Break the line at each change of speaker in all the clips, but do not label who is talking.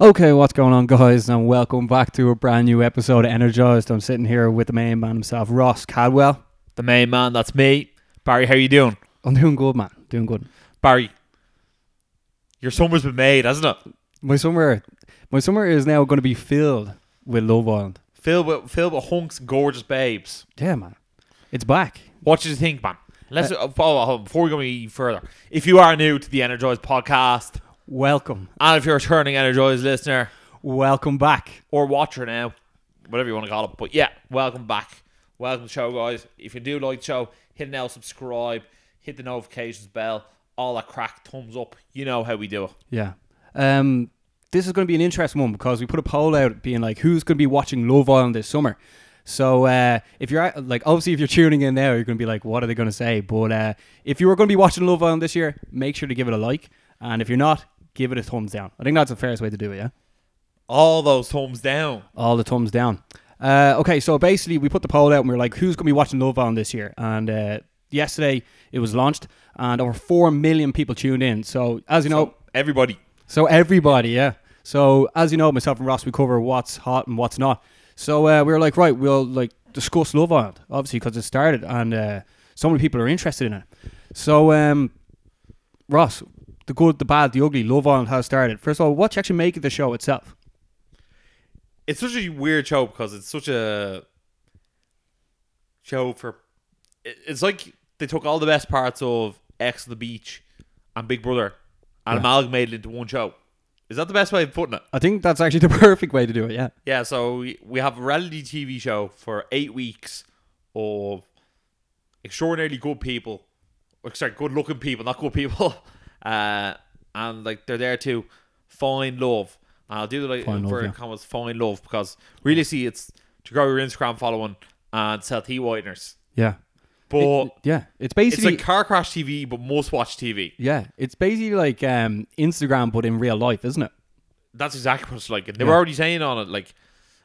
Okay, what's going on, guys? And welcome back to a brand new episode of Energized. I'm sitting here with the main man himself, Ross Cadwell.
The main man, that's me. Barry, how you doing?
I'm doing good, man. Doing good.
Barry, your summer's been made, hasn't it?
My summer, my summer is now going to be filled with Love Island.
Filled with filled with hunks, gorgeous babes.
Yeah, man. It's back.
What do you think, man? Let's uh, follow hold on, before we go any further. If you are new to the Energized podcast,
Welcome,
and if you're a returning Energized listener
welcome back.
or watcher now, whatever you want to call it, but yeah, welcome back, welcome to the show, guys. If you do like the show, hit now subscribe, hit the notifications bell, all that crack, thumbs up. You know how we do it.
Yeah. Um, this is going to be an interesting one because we put a poll out being like, who's going to be watching Love Island this summer? So uh, if you're at- like, obviously, if you're tuning in now, you're going to be like, what are they going to say? But uh, if you are going to be watching Love Island this year, make sure to give it a like, and if you're not, give it a thumbs down. I think that's the fairest way to do it. Yeah,
All those thumbs down.
all the thumbs down. Uh, okay, so basically, we put the poll out and we were like, who's going to be watching Love Island this year? And uh, yesterday it was launched, and over four million people tuned in. So as you know.
So, everybody.
So everybody, yeah. So as you know, myself and Ross, we cover what's hot and what's not. So uh, we were like, right, we'll like discuss Love Island, obviously, because it started and uh, so many people are interested in it. So um, Ross, the good, the bad, the ugly, Love Island has started. First of all, what do you actually make of the show itself?
it's such a weird show because it's such a show for it- it's like they took all the best parts of X on the Beach and Big Brother and amalgamated into one show. Is that the best way of putting it?
I think that's actually the perfect way to do it. Yeah,
Yeah, so we- we have a reality TV show for eight weeks of extraordinarily good people, or sorry, good looking people, not good people, uh, and like they're there to find love. And I'll do the like
Find love,
for
yeah.
comments, find love because really see it's to grow your Instagram following and sell tea whiteners.
yeah,
But
yeah. It's
it's
basically
like car crash TV, but must watch TV.
yeah, it's basically like um, Instagram, but in real life, isn't it?
That's exactly what it's like. And they were already saying on it, like,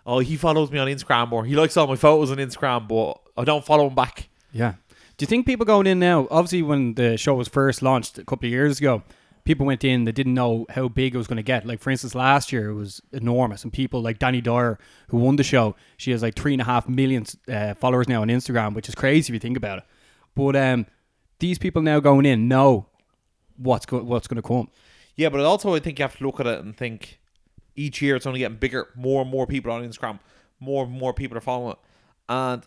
oh, he follows me on Instagram or he likes all my photos on Instagram, but I don't follow him back.
Yeah. Do you think people going in now? Obviously, when the show was first launched a couple of years ago, people went in that didn't know how big it was going to get. Like for instance, last year it was enormous, and people like Danny Dyer, who won the show, she has like three and a half million uh, followers now on Instagram, which is crazy if you think about it. But um, these people now going in know what's go- what's going to come.
Yeah, but also I think you have to look at it and think each year it's only getting bigger. More and more people on Instagram, more and more people are following it. And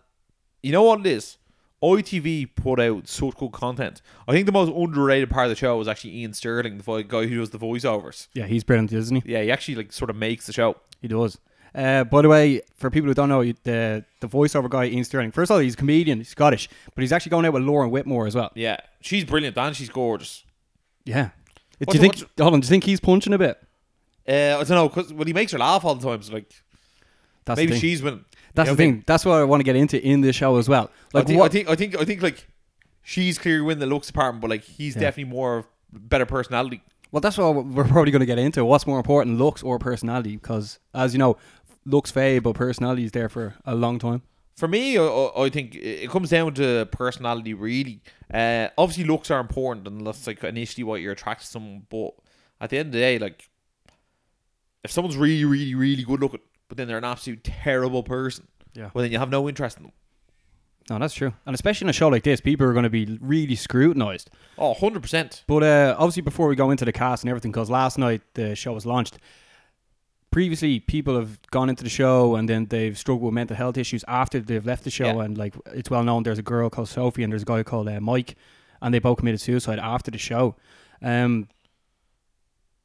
you know what it is? ITV put out such good content. I think the most underrated part of the show was actually Ian Sterling, the vo- guy who does the voiceovers.
Yeah, he's brilliant, isn't he?
Yeah, he actually like sort of makes the show.
He does. Uh, by the way, for people who don't know, the the voiceover guy Ian Sterling. First of all, he's a comedian, he's Scottish, but he's actually going out with Lauren Whitmore as well.
Yeah, she's brilliant and she's gorgeous.
Yeah.
What-
do you think?
what-
Hold on. Do you think he's punching a bit?
Uh, I don't know because when he makes her laugh all the time, so like
That's
maybe
the thing.
she's winning.
That's
You know
the
what I mean?
thing. That's what I want to get into in this show as well. Like
I think,
what?
I think I think I think like she's clearly winning the looks department, but like he's definitely more of better personality.
well, that's what we're probably going to get into. What's more important, looks or personality? Because as you know, looks fade, but personality is there for a long time.
For me, I- I, I think it it comes down to personality. Really, uh, obviously looks are important, and that's like initially what you're attracted to someone. But at the end of the day, like if someone's really, really, really good looking, but then they're an absolute terrible person,
Yeah.
well then you have no interest in them.
No, that's true. And especially in a show like this, people are going to be really scrutinized.
Oh, 100 percent.
But uh, obviously, before we go into the cast and everything, because last night the show was launched. Previously, people have gone into the show and then they've struggled with mental health issues after they've left the show.
Yeah.
And like it's well known, there's a girl called Sophie and there's a guy called uh, Mike, and they both committed suicide after the show. Um,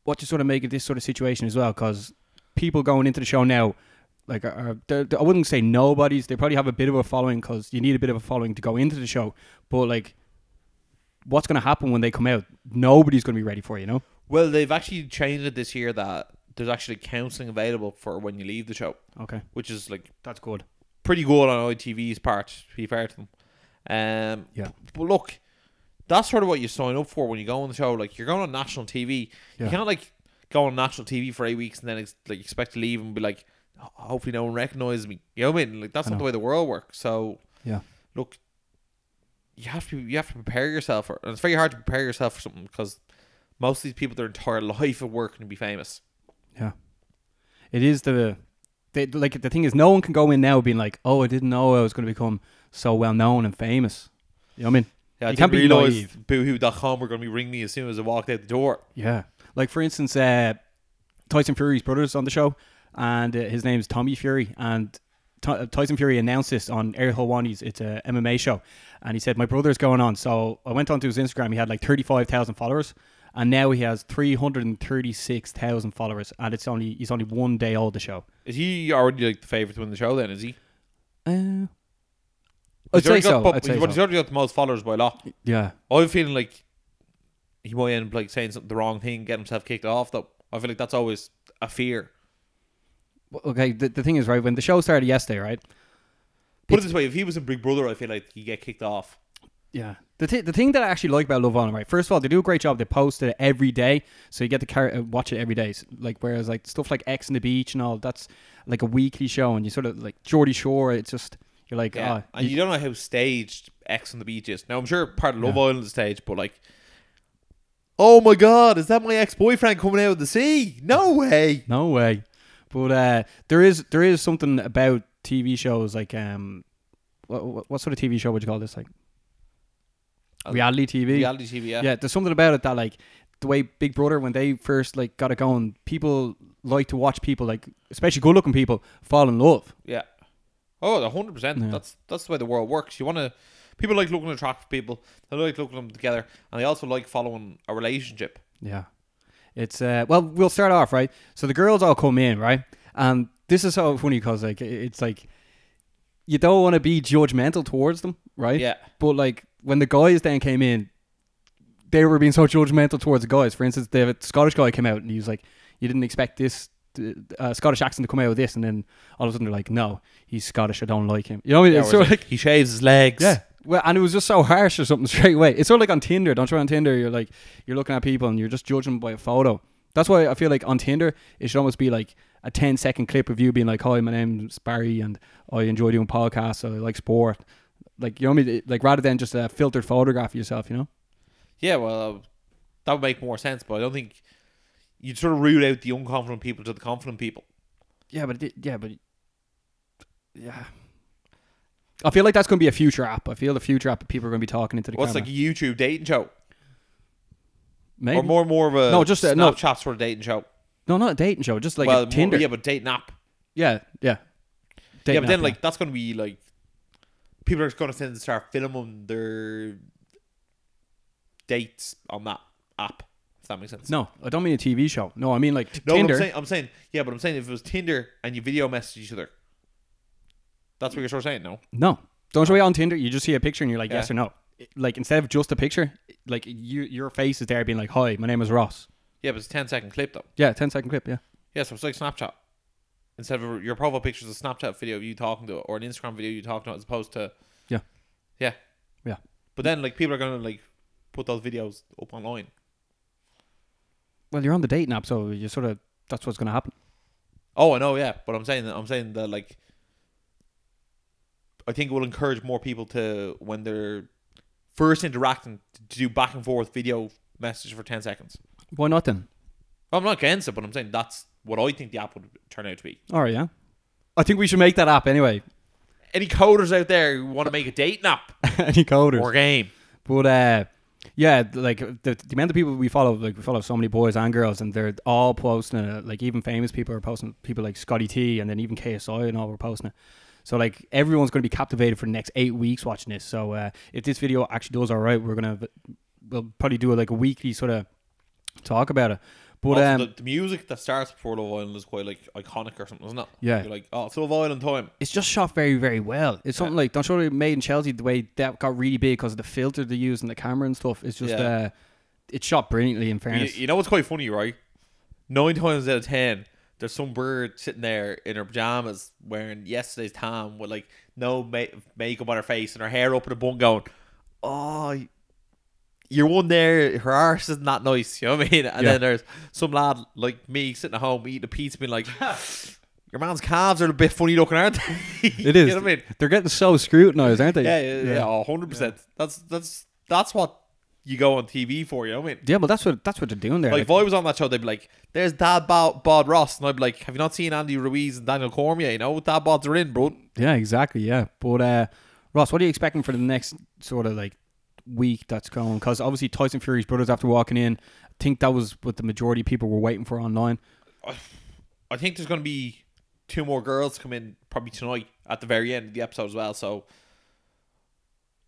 what do you sort of make of this sort of situation as well? Because people going into the show now, like, are, are, they're- they're- I wouldn't say nobodies. They probably have a bit of a following because you need a bit of a following to go into the show. But like, what's going to happen when they come out? Nobody's going to be ready for it, you know.
Well, they've actually changed it this year that there's actually counselling available for when you leave the show,
Okay,
which is like
that's good.
pretty good on ITV's part, to be fair to them. Um,
Yeah.
But look, that's sort of what you sign up for when you go on the show. Like you're going on national TV.
Yeah.
You can't like go on national TV for eight weeks and then ex- like expect to leave and be like, "Ho- hopefully no one recognizes me. You know what I mean? Like that's
I
not the
know.
way the world works. So
Yeah,
look, you have to you have to prepare yourself for, and it's very hard to prepare yourself for something because most of these people their entire life of working to be famous.
yeah. it is the they, like the thing is, no one can go in now being like, "Oh, I didn't know I was going to become so well known and famous." You know what I mean?
Yeah, I
You can't
didn't
be
realise
naive.
Boohoo.com were going to be ringing me as soon as I walked out the door.
Yeah. Like for instance, uh, Tyson Fury's brother's on the show, and uh, his name's Tommy Fury, and Ty- uh, Tyson Fury announced this on Air Helwani's. It's a MMA show, and he said, "My brother's going on." So I went onto his Instagram. He had like thirty-five thousand followers, and now he has three hundred and thirty-six thousand followers, and it's only he's only one day old. The show.
Is he already like the favourite to win the show then, is he?
Uh, I'd
He's
say
already got
so.
pop-
I'd say
he's, he's
so.
already got the most followers by a lot.
Yeah.
I'm feeling like he might end up like saying something the wrong thing, get himself kicked off though. I feel like that's always a fear.
Well, Okay. The, the thing is, right when the show started yesterday, right?
Put it this way, if he was in Big Brother, I feel like he'd get kicked off.
Yeah. The, th- the thing that I actually like about Love Island, right? First of all, they do a great job. They post it every day, so you get to car- uh, watch it every day. S- Like whereas like stuff like X and the Beach and all that's like a weekly show, and you sort of like Geordie Shore. It's just you're like,
Yeah.
oh,
and you, don't know how staged X on the Beach is. Now I'm sure part of Love
Yeah.
Island is staged, but like Oh my god, is that my ex boyfriend coming out of the sea? No way.
no way. But uh, there is there is something about TV shows like um, what, what sort of TV show would you call this? Like
Uh,
reality TV.
Reality TV, yeah.
yeah, there's something about it that like the way Big Brother when they first like got it going, people like to watch people like especially good looking people fall in love.
Yeah. Oh, hundred percent.
Yeah.
That's that's the way the world works. You want to people like looking at attractive people. They like looking at them together, and they also like following a relationship.
Yeah. It's uh well we'll start off right. So the girls all come in right, and this is so funny because like i- it's like you don't want to be judgmental towards them right.
Yeah.
But like when the guys then came in, they were being so judgmental towards the guys. For instance, the Scottish guy came out and he was like, "You didn't expect this." t- Uh, Scottish accent to come out with this, and then all of a sudden they're like, "No, he's Scottish. I don't like him." You know, what I mean?
Yeah,
it's
where
sort of
it's
like,
he shaves his legs.
yeah, well, and it was just so harsh or something straight away. It's sort of like on Tinder. Don't you on Tinder? You're like you're looking at people and you're just judging by a photo. That's why I feel like on Tinder it should almost be like a 10 second clip of you being like, "Hi, my name's Barry, and I enjoy doing podcasts. I like sport." Like you know, what I mean? It- like rather than just a filtered photograph of yourself, you know.
Yeah. Well, uh, that would make more sense, but I don't think you'd sort of root out the unconfident people to the confident people.
Yeah, but it, yeah, but yeah. I feel like that's going to be a future app. I feel the future app people are going to be talking into the
What's
camera.
like a YouTube dating show,
Maybe.
or more more of a
No, just, uh,
Snapchat
no.
sort of dating show.
no, not a dating show, just like
well,
a
more-
Tinder.
yeah, but dating app.
yeah, yeah.
yeah,
Dating
but
app,
then like that's gonna be like people are just gonna send start filming their dates on that app. If that makes sense.
No, I don't mean a TV show. No, I mean like t-
No, but
Tinder.
I'm saying I'm saying yeah, but I'm saying if it was Tinder and you video message each other, that's what you're sort of saying. No,
no, don't show you on Tinder. You just see a picture and you're like
Yeah.
yes or no. It- Like instead of just a picture, it- like you your face is there being like hi, my name is Ross.
yeah, but it's a 10 second clip though.
Yeah, 10 second clip. Yeah,
Yeah, so it's like Snapchat. Instead of your profile picture is a Snapchat video of you talking to it or an Instagram video you talking to it as opposed to
Yeah.
yeah,
Yeah.
But then like people are gonna like put those videos up online.
well you're on the dating app, so you sort of that's what's going to happen.
Oh, I know, yeah, but I'm saying that I'm saying that like I think it will encourage more people to when they're first interacting to do back and forth video message for ten seconds.
Why not then?
I'm not against it, but I'm saying that's what I think the app would turn out to be.
All right, yeah. I think we should make that app anyway.
Any coders out there who want to make a dating app
Any coders?
or game?
But uh, yeah, like the, the amount of people we follow, like we follow so many boys and girls, and they're all posting it. Like even famous people are posting. People like Scotty T, and then even KSI and all were posting it. So like everyone's going to be captivated for the next eight weeks watching this. So uh, if this video actually does all right, we're gonna we'll probably do like a weekly sort of talk about it. But
Also,
um,
the, the music that starts before Love Island is quite like iconic or something, isn't it?
Yeah.
You're like, oh, it's Love Island time.
it's just shot very, very well. It's something like Don't Show the Made in Chelsea. The way that got really big because of the filter they use and the camera and stuff. It's just
Yeah.
uh, it's shot brilliantly. In
You,
fairness,
you know what's quite funny, right? Nine times out of ten, there's some bird sitting there in her pajamas wearing yesterday's time with like no ma- makeup on her face and her hair up in a bun going, Oh, you're one there, her arse isn't that nice, you know what I mean? And
Yeah.
then there's some lad like me sitting at home eating a pizza being like, Your man's calves are a bit funny looking, aren't they?
It is.
you know what I mean?
They're getting so scrutinized, aren't they?
Yeah, yeah, yeah, hundred percent. That's that's that's what you go on TV for. You know what I mean?
Yeah, well, that's what that's what they're doing there.
Like, if I was on that show, they'd be like, "There's Dad Bod, Bod Ross," and I'd be like, "Have you not seen Andy Ruiz and Daniel Cormier? You know, Dad Bods are in, bro."
Yeah, exactly. Yeah, but uh, Ross, what are you expecting for the next sort of like week that's going? Because obviously Tyson Fury's brothers after walking in, I think that was what the majority of people were waiting for online.
I think there's going to be two more girls come in probably tonight at the very end of the episode as well. So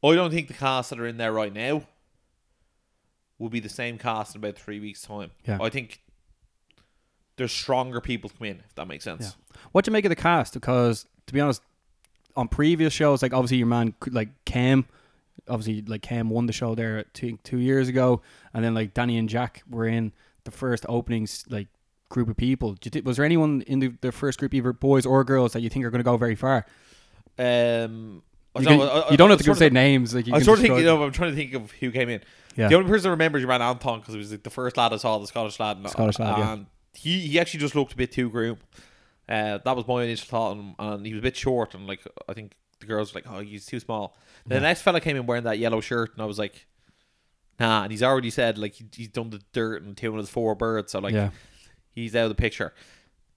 I don't think the cast that are in there right now will be the same cast in about three weeks' time.
Yeah.
I think there's stronger people come in, if that makes sense.
What do you make of the cast? Because to be honest, on previous shows, like obviously your man like Cam, obviously like Cam won the show there two two years ago, and then like Danny and Jack were in the first openings like group of people. Do you thi- was there anyone in the, the first group, either boys or girls, that you think are going to go very far?
Um, I
You,
don't
can,
know, I- I-
you don't
I
have to go
sort
say
of-
names. Like you
I
can
sort of think, you
describe-
know, I'm trying to think of who came in.
Yeah.
The only person I remember is your man Anton because he was like, the first lad I saw, the Scottish lad. And,
Scottish lad, yeah.
and he, he actually just looked a bit too grim. Uh, that was my initial thought, on him, and he was a bit short, and like I think the girls were like, "Oh, he's too small." Then The next fella came in wearing that yellow shirt, and I was like, "Nah," and he's already said like he, he's done the dirt and two of his four birds, so like
yeah,
he's out of the picture.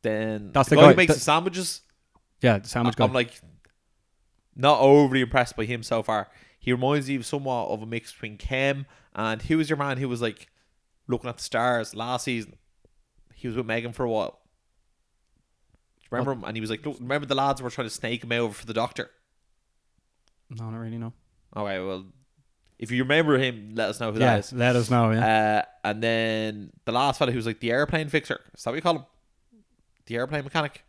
Then
That's the
guy
guy-
who makes
that-
the sandwiches.
yeah, the sandwich guy.
I'm like not overly impressed by him so far. He reminds me of somewhat of a mix between Kem and who was your man who was like looking at the stars last season. He was with Megan for a while. Do you remember him? And he was like, look, remember the lads were trying to snake him over for the doctor.
no, not really. No.
Okay, well, if you remember him, let us know who that
Yeah,
is.
let us know. Yeah,
Uh, and then the last fella who was like the airplane fixer. Is that what you call him? The airplane mechanic.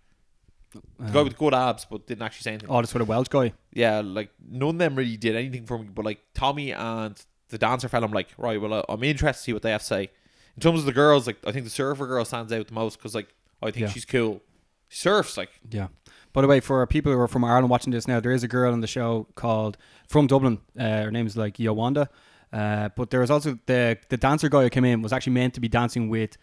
The guy
Um,
Uh, with good abs but didn't actually say anything.
oh, this with a Welsh guy.
yeah, like none of them really did anything for me. But like Tommy and the dancer fell, I'm like, right, well, I'm interested to see what they have to say. In terms of the girls, like I think the surfer girl stands out the most because like I think
Yeah.
she's cool. She surfs like
Yeah. By the way, for people who are from Ireland watching this now, there is a girl on the show called from Dublin. Uh, her name's like Yowanda. Uh, but there was also the the dancer guy who came in was actually meant to be dancing with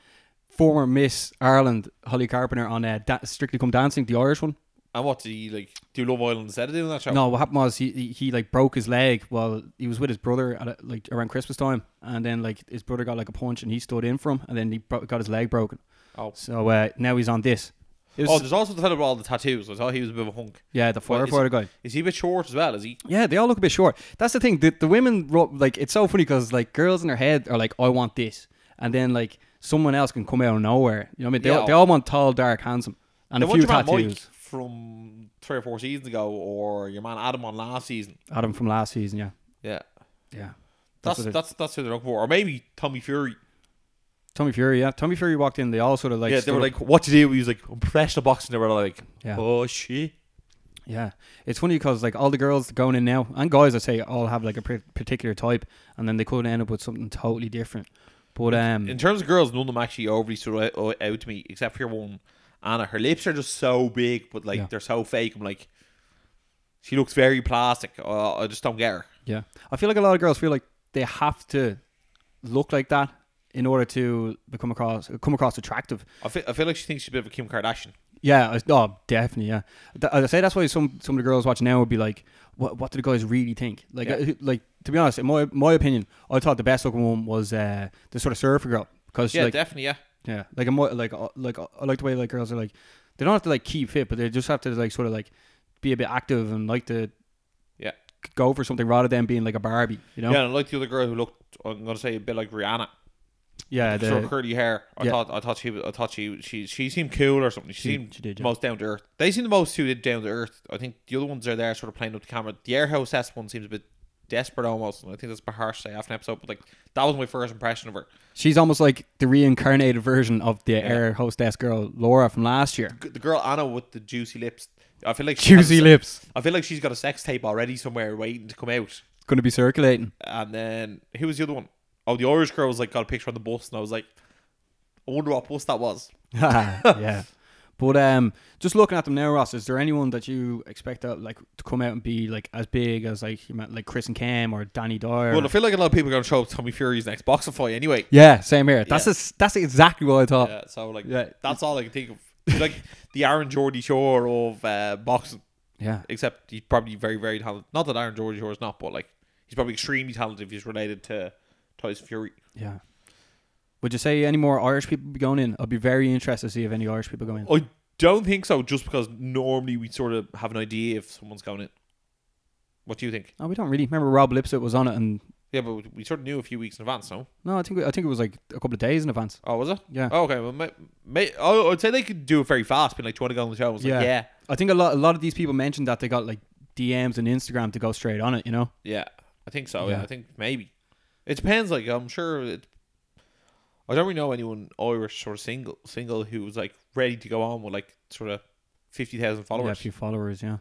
former Miss Ireland Holly Carpenter on uh, da- Strictly Come Dancing, the Irish one.
and what did he like do Love Island instead of doing that show?
No, what happened was he, he he like broke his leg while he was with his brother at a, like around Christmas time, and then like his brother got like a punch and he stood in for him, and then he bro- got his leg broken.
Oh.
so uh, now he's on this. It was-
Oh, there's also the fellow with all the tattoos. I thought he was a bit of a hunk.
yeah, the
Well, is-
firefighter guy.
Is he a bit short as well? Is he?
Yeah, they all look a bit short. That's the thing. The, the women, ro- like, it's so funny because, like, girls in their head are like, I want this. And then, like, someone else can come out of nowhere. You know what I mean? They, all,
Yeah.
they all want tall, dark, handsome. And
The
a
one
few
your man Mike
tattoos.
from three or four seasons ago, or your man Adam on last season.
Adam from last season, yeah.
Yeah,
Yeah.
that's
what
that's
it-
that's, who they're looking for. Or maybe Tommy Fury.
Tommy Fury, yeah. Tommy Fury walked in. They all sort of, like,
yeah, they
stood
were
up-
like, "What to do?" He was like, "I'm professional boxing." They were like,
Yeah.
"Oh shit!"
Yeah, it's funny because like all the girls going in now and guys, I say all have like a pr- particular type, and then they could end up with something totally different. But um,
In terms of girls, none of them actually overly stood out, o- out to me, except for your one Anna. Her lips are just so big, but like
Yeah.
they're so fake. I'm like, she looks very plastic. Uh, I just don't get her.
yeah, I feel like a lot of girls feel like they have to look like that in order to become across come across attractive.
I feel, I feel like she thinks she's a bit of a Kim Kardashian.
Yeah, I- oh, definitely. Yeah, Th- I say that's why some some of the girls watching now would be like, "What what do the guys really think?" Like,
Yeah.
uh, like to be honest, in my my opinion, I thought the best looking one was uh, the sort of surfer girl because
Yeah,
like
definitely. Yeah,
Yeah, like I'm more- like uh, like uh, I like the way like girls are like they don't have to like keep fit, but they just have to like sort of like be a bit active and like to
Yeah.
c- go for something rather than being like a Barbie, you know?
yeah. And I like the other girl who looked, I'm gonna say a bit like Rihanna.
yeah.
Short
the-
curly hair. I
Yeah.
thought, I thought she, was, I thought she, she, she seemed cool or something. She,
She-
seemed
she did, yeah.
most down to earth. They seem the most suited down to earth. I think the other ones are there, sort of playing up the camera. The air hostess one seems a bit desperate almost, and I think that's a bit harsh to say after an episode. But like, that was my first impression of her.
she's almost like the reincarnated version of the air hostess girl Laura from last year.
G- The girl Anna with the juicy lips. I feel like she has
Juicy
a-
lips,
I feel like she's got a sex tape already somewhere waiting to come out.
gonna be circulating.
And then who was the other one? Oh, the Irish girl was like got a picture on the bus, and I was like, I wonder what bus that was.
yeah. But um, just looking at them now, Ross, is there anyone that you expect that like to come out and be like as big as like you meant, like Chris and Cam or Danny Dyer?
Well, I feel like a lot of people are going to show up Tommy Fury's next boxing fight anyway.
yeah, same here. That's
Yeah.
a, that's exactly what I thought.
Yeah, Uh, so like
Yeah.
that's all I can think of. He's like the Aaron Jordy Shore of uh, boxing,
Yeah,
except he's probably very very talented. Not that Aaron Jordy Shore is not, but like he's probably extremely talented if he's related to Tyson Fury.
Yeah. Would you say any more Irish people be going in? I'd be very interested to see if any Irish people go in.
I don't think so, just because normally we sort of have an idea if someone's going in. What do you think?
No, we don't really. Remember Rob Lipsett was on it, and
Yeah, but we sort of knew a few weeks in advance, no?
no, I think I think it was like a couple of days in advance.
Oh, was it?
Yeah,
Oh, okay, well, may, may, oh, I'd say they could do it very fast, being like, do you want to go on the show? I was
Yeah.
like, yeah,
I think a lot a lot of these people mentioned that they got like DMs and Instagram to go straight on it. You know,
yeah, I think so. Yeah.
Yeah.
I think maybe. It depends, like, I'm sure it. I don't really know anyone Irish sort of single single who was like ready to go on with like sort of fifty thousand
yeah, a
followers. Yeah,
few followers. Yeah,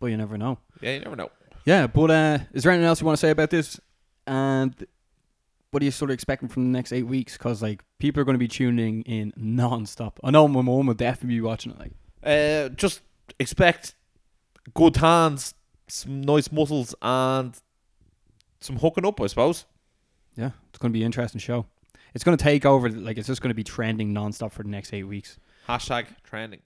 but you never know.
you never know.
Yeah, but uh, is there anything else you want to say about this? And what are you sort of expecting from the next eight weeks? Because like people are going to be tuning in non-stop. I know my mom will definitely be watching it. Like,
Uh, just expect good hands, some nice muscles, and some hooking up, I suppose.
yeah, it's going to be an interesting show. It's going to take over. Like, it's just going to be trending non-stop for the next eight weeks.
Hashtag trending.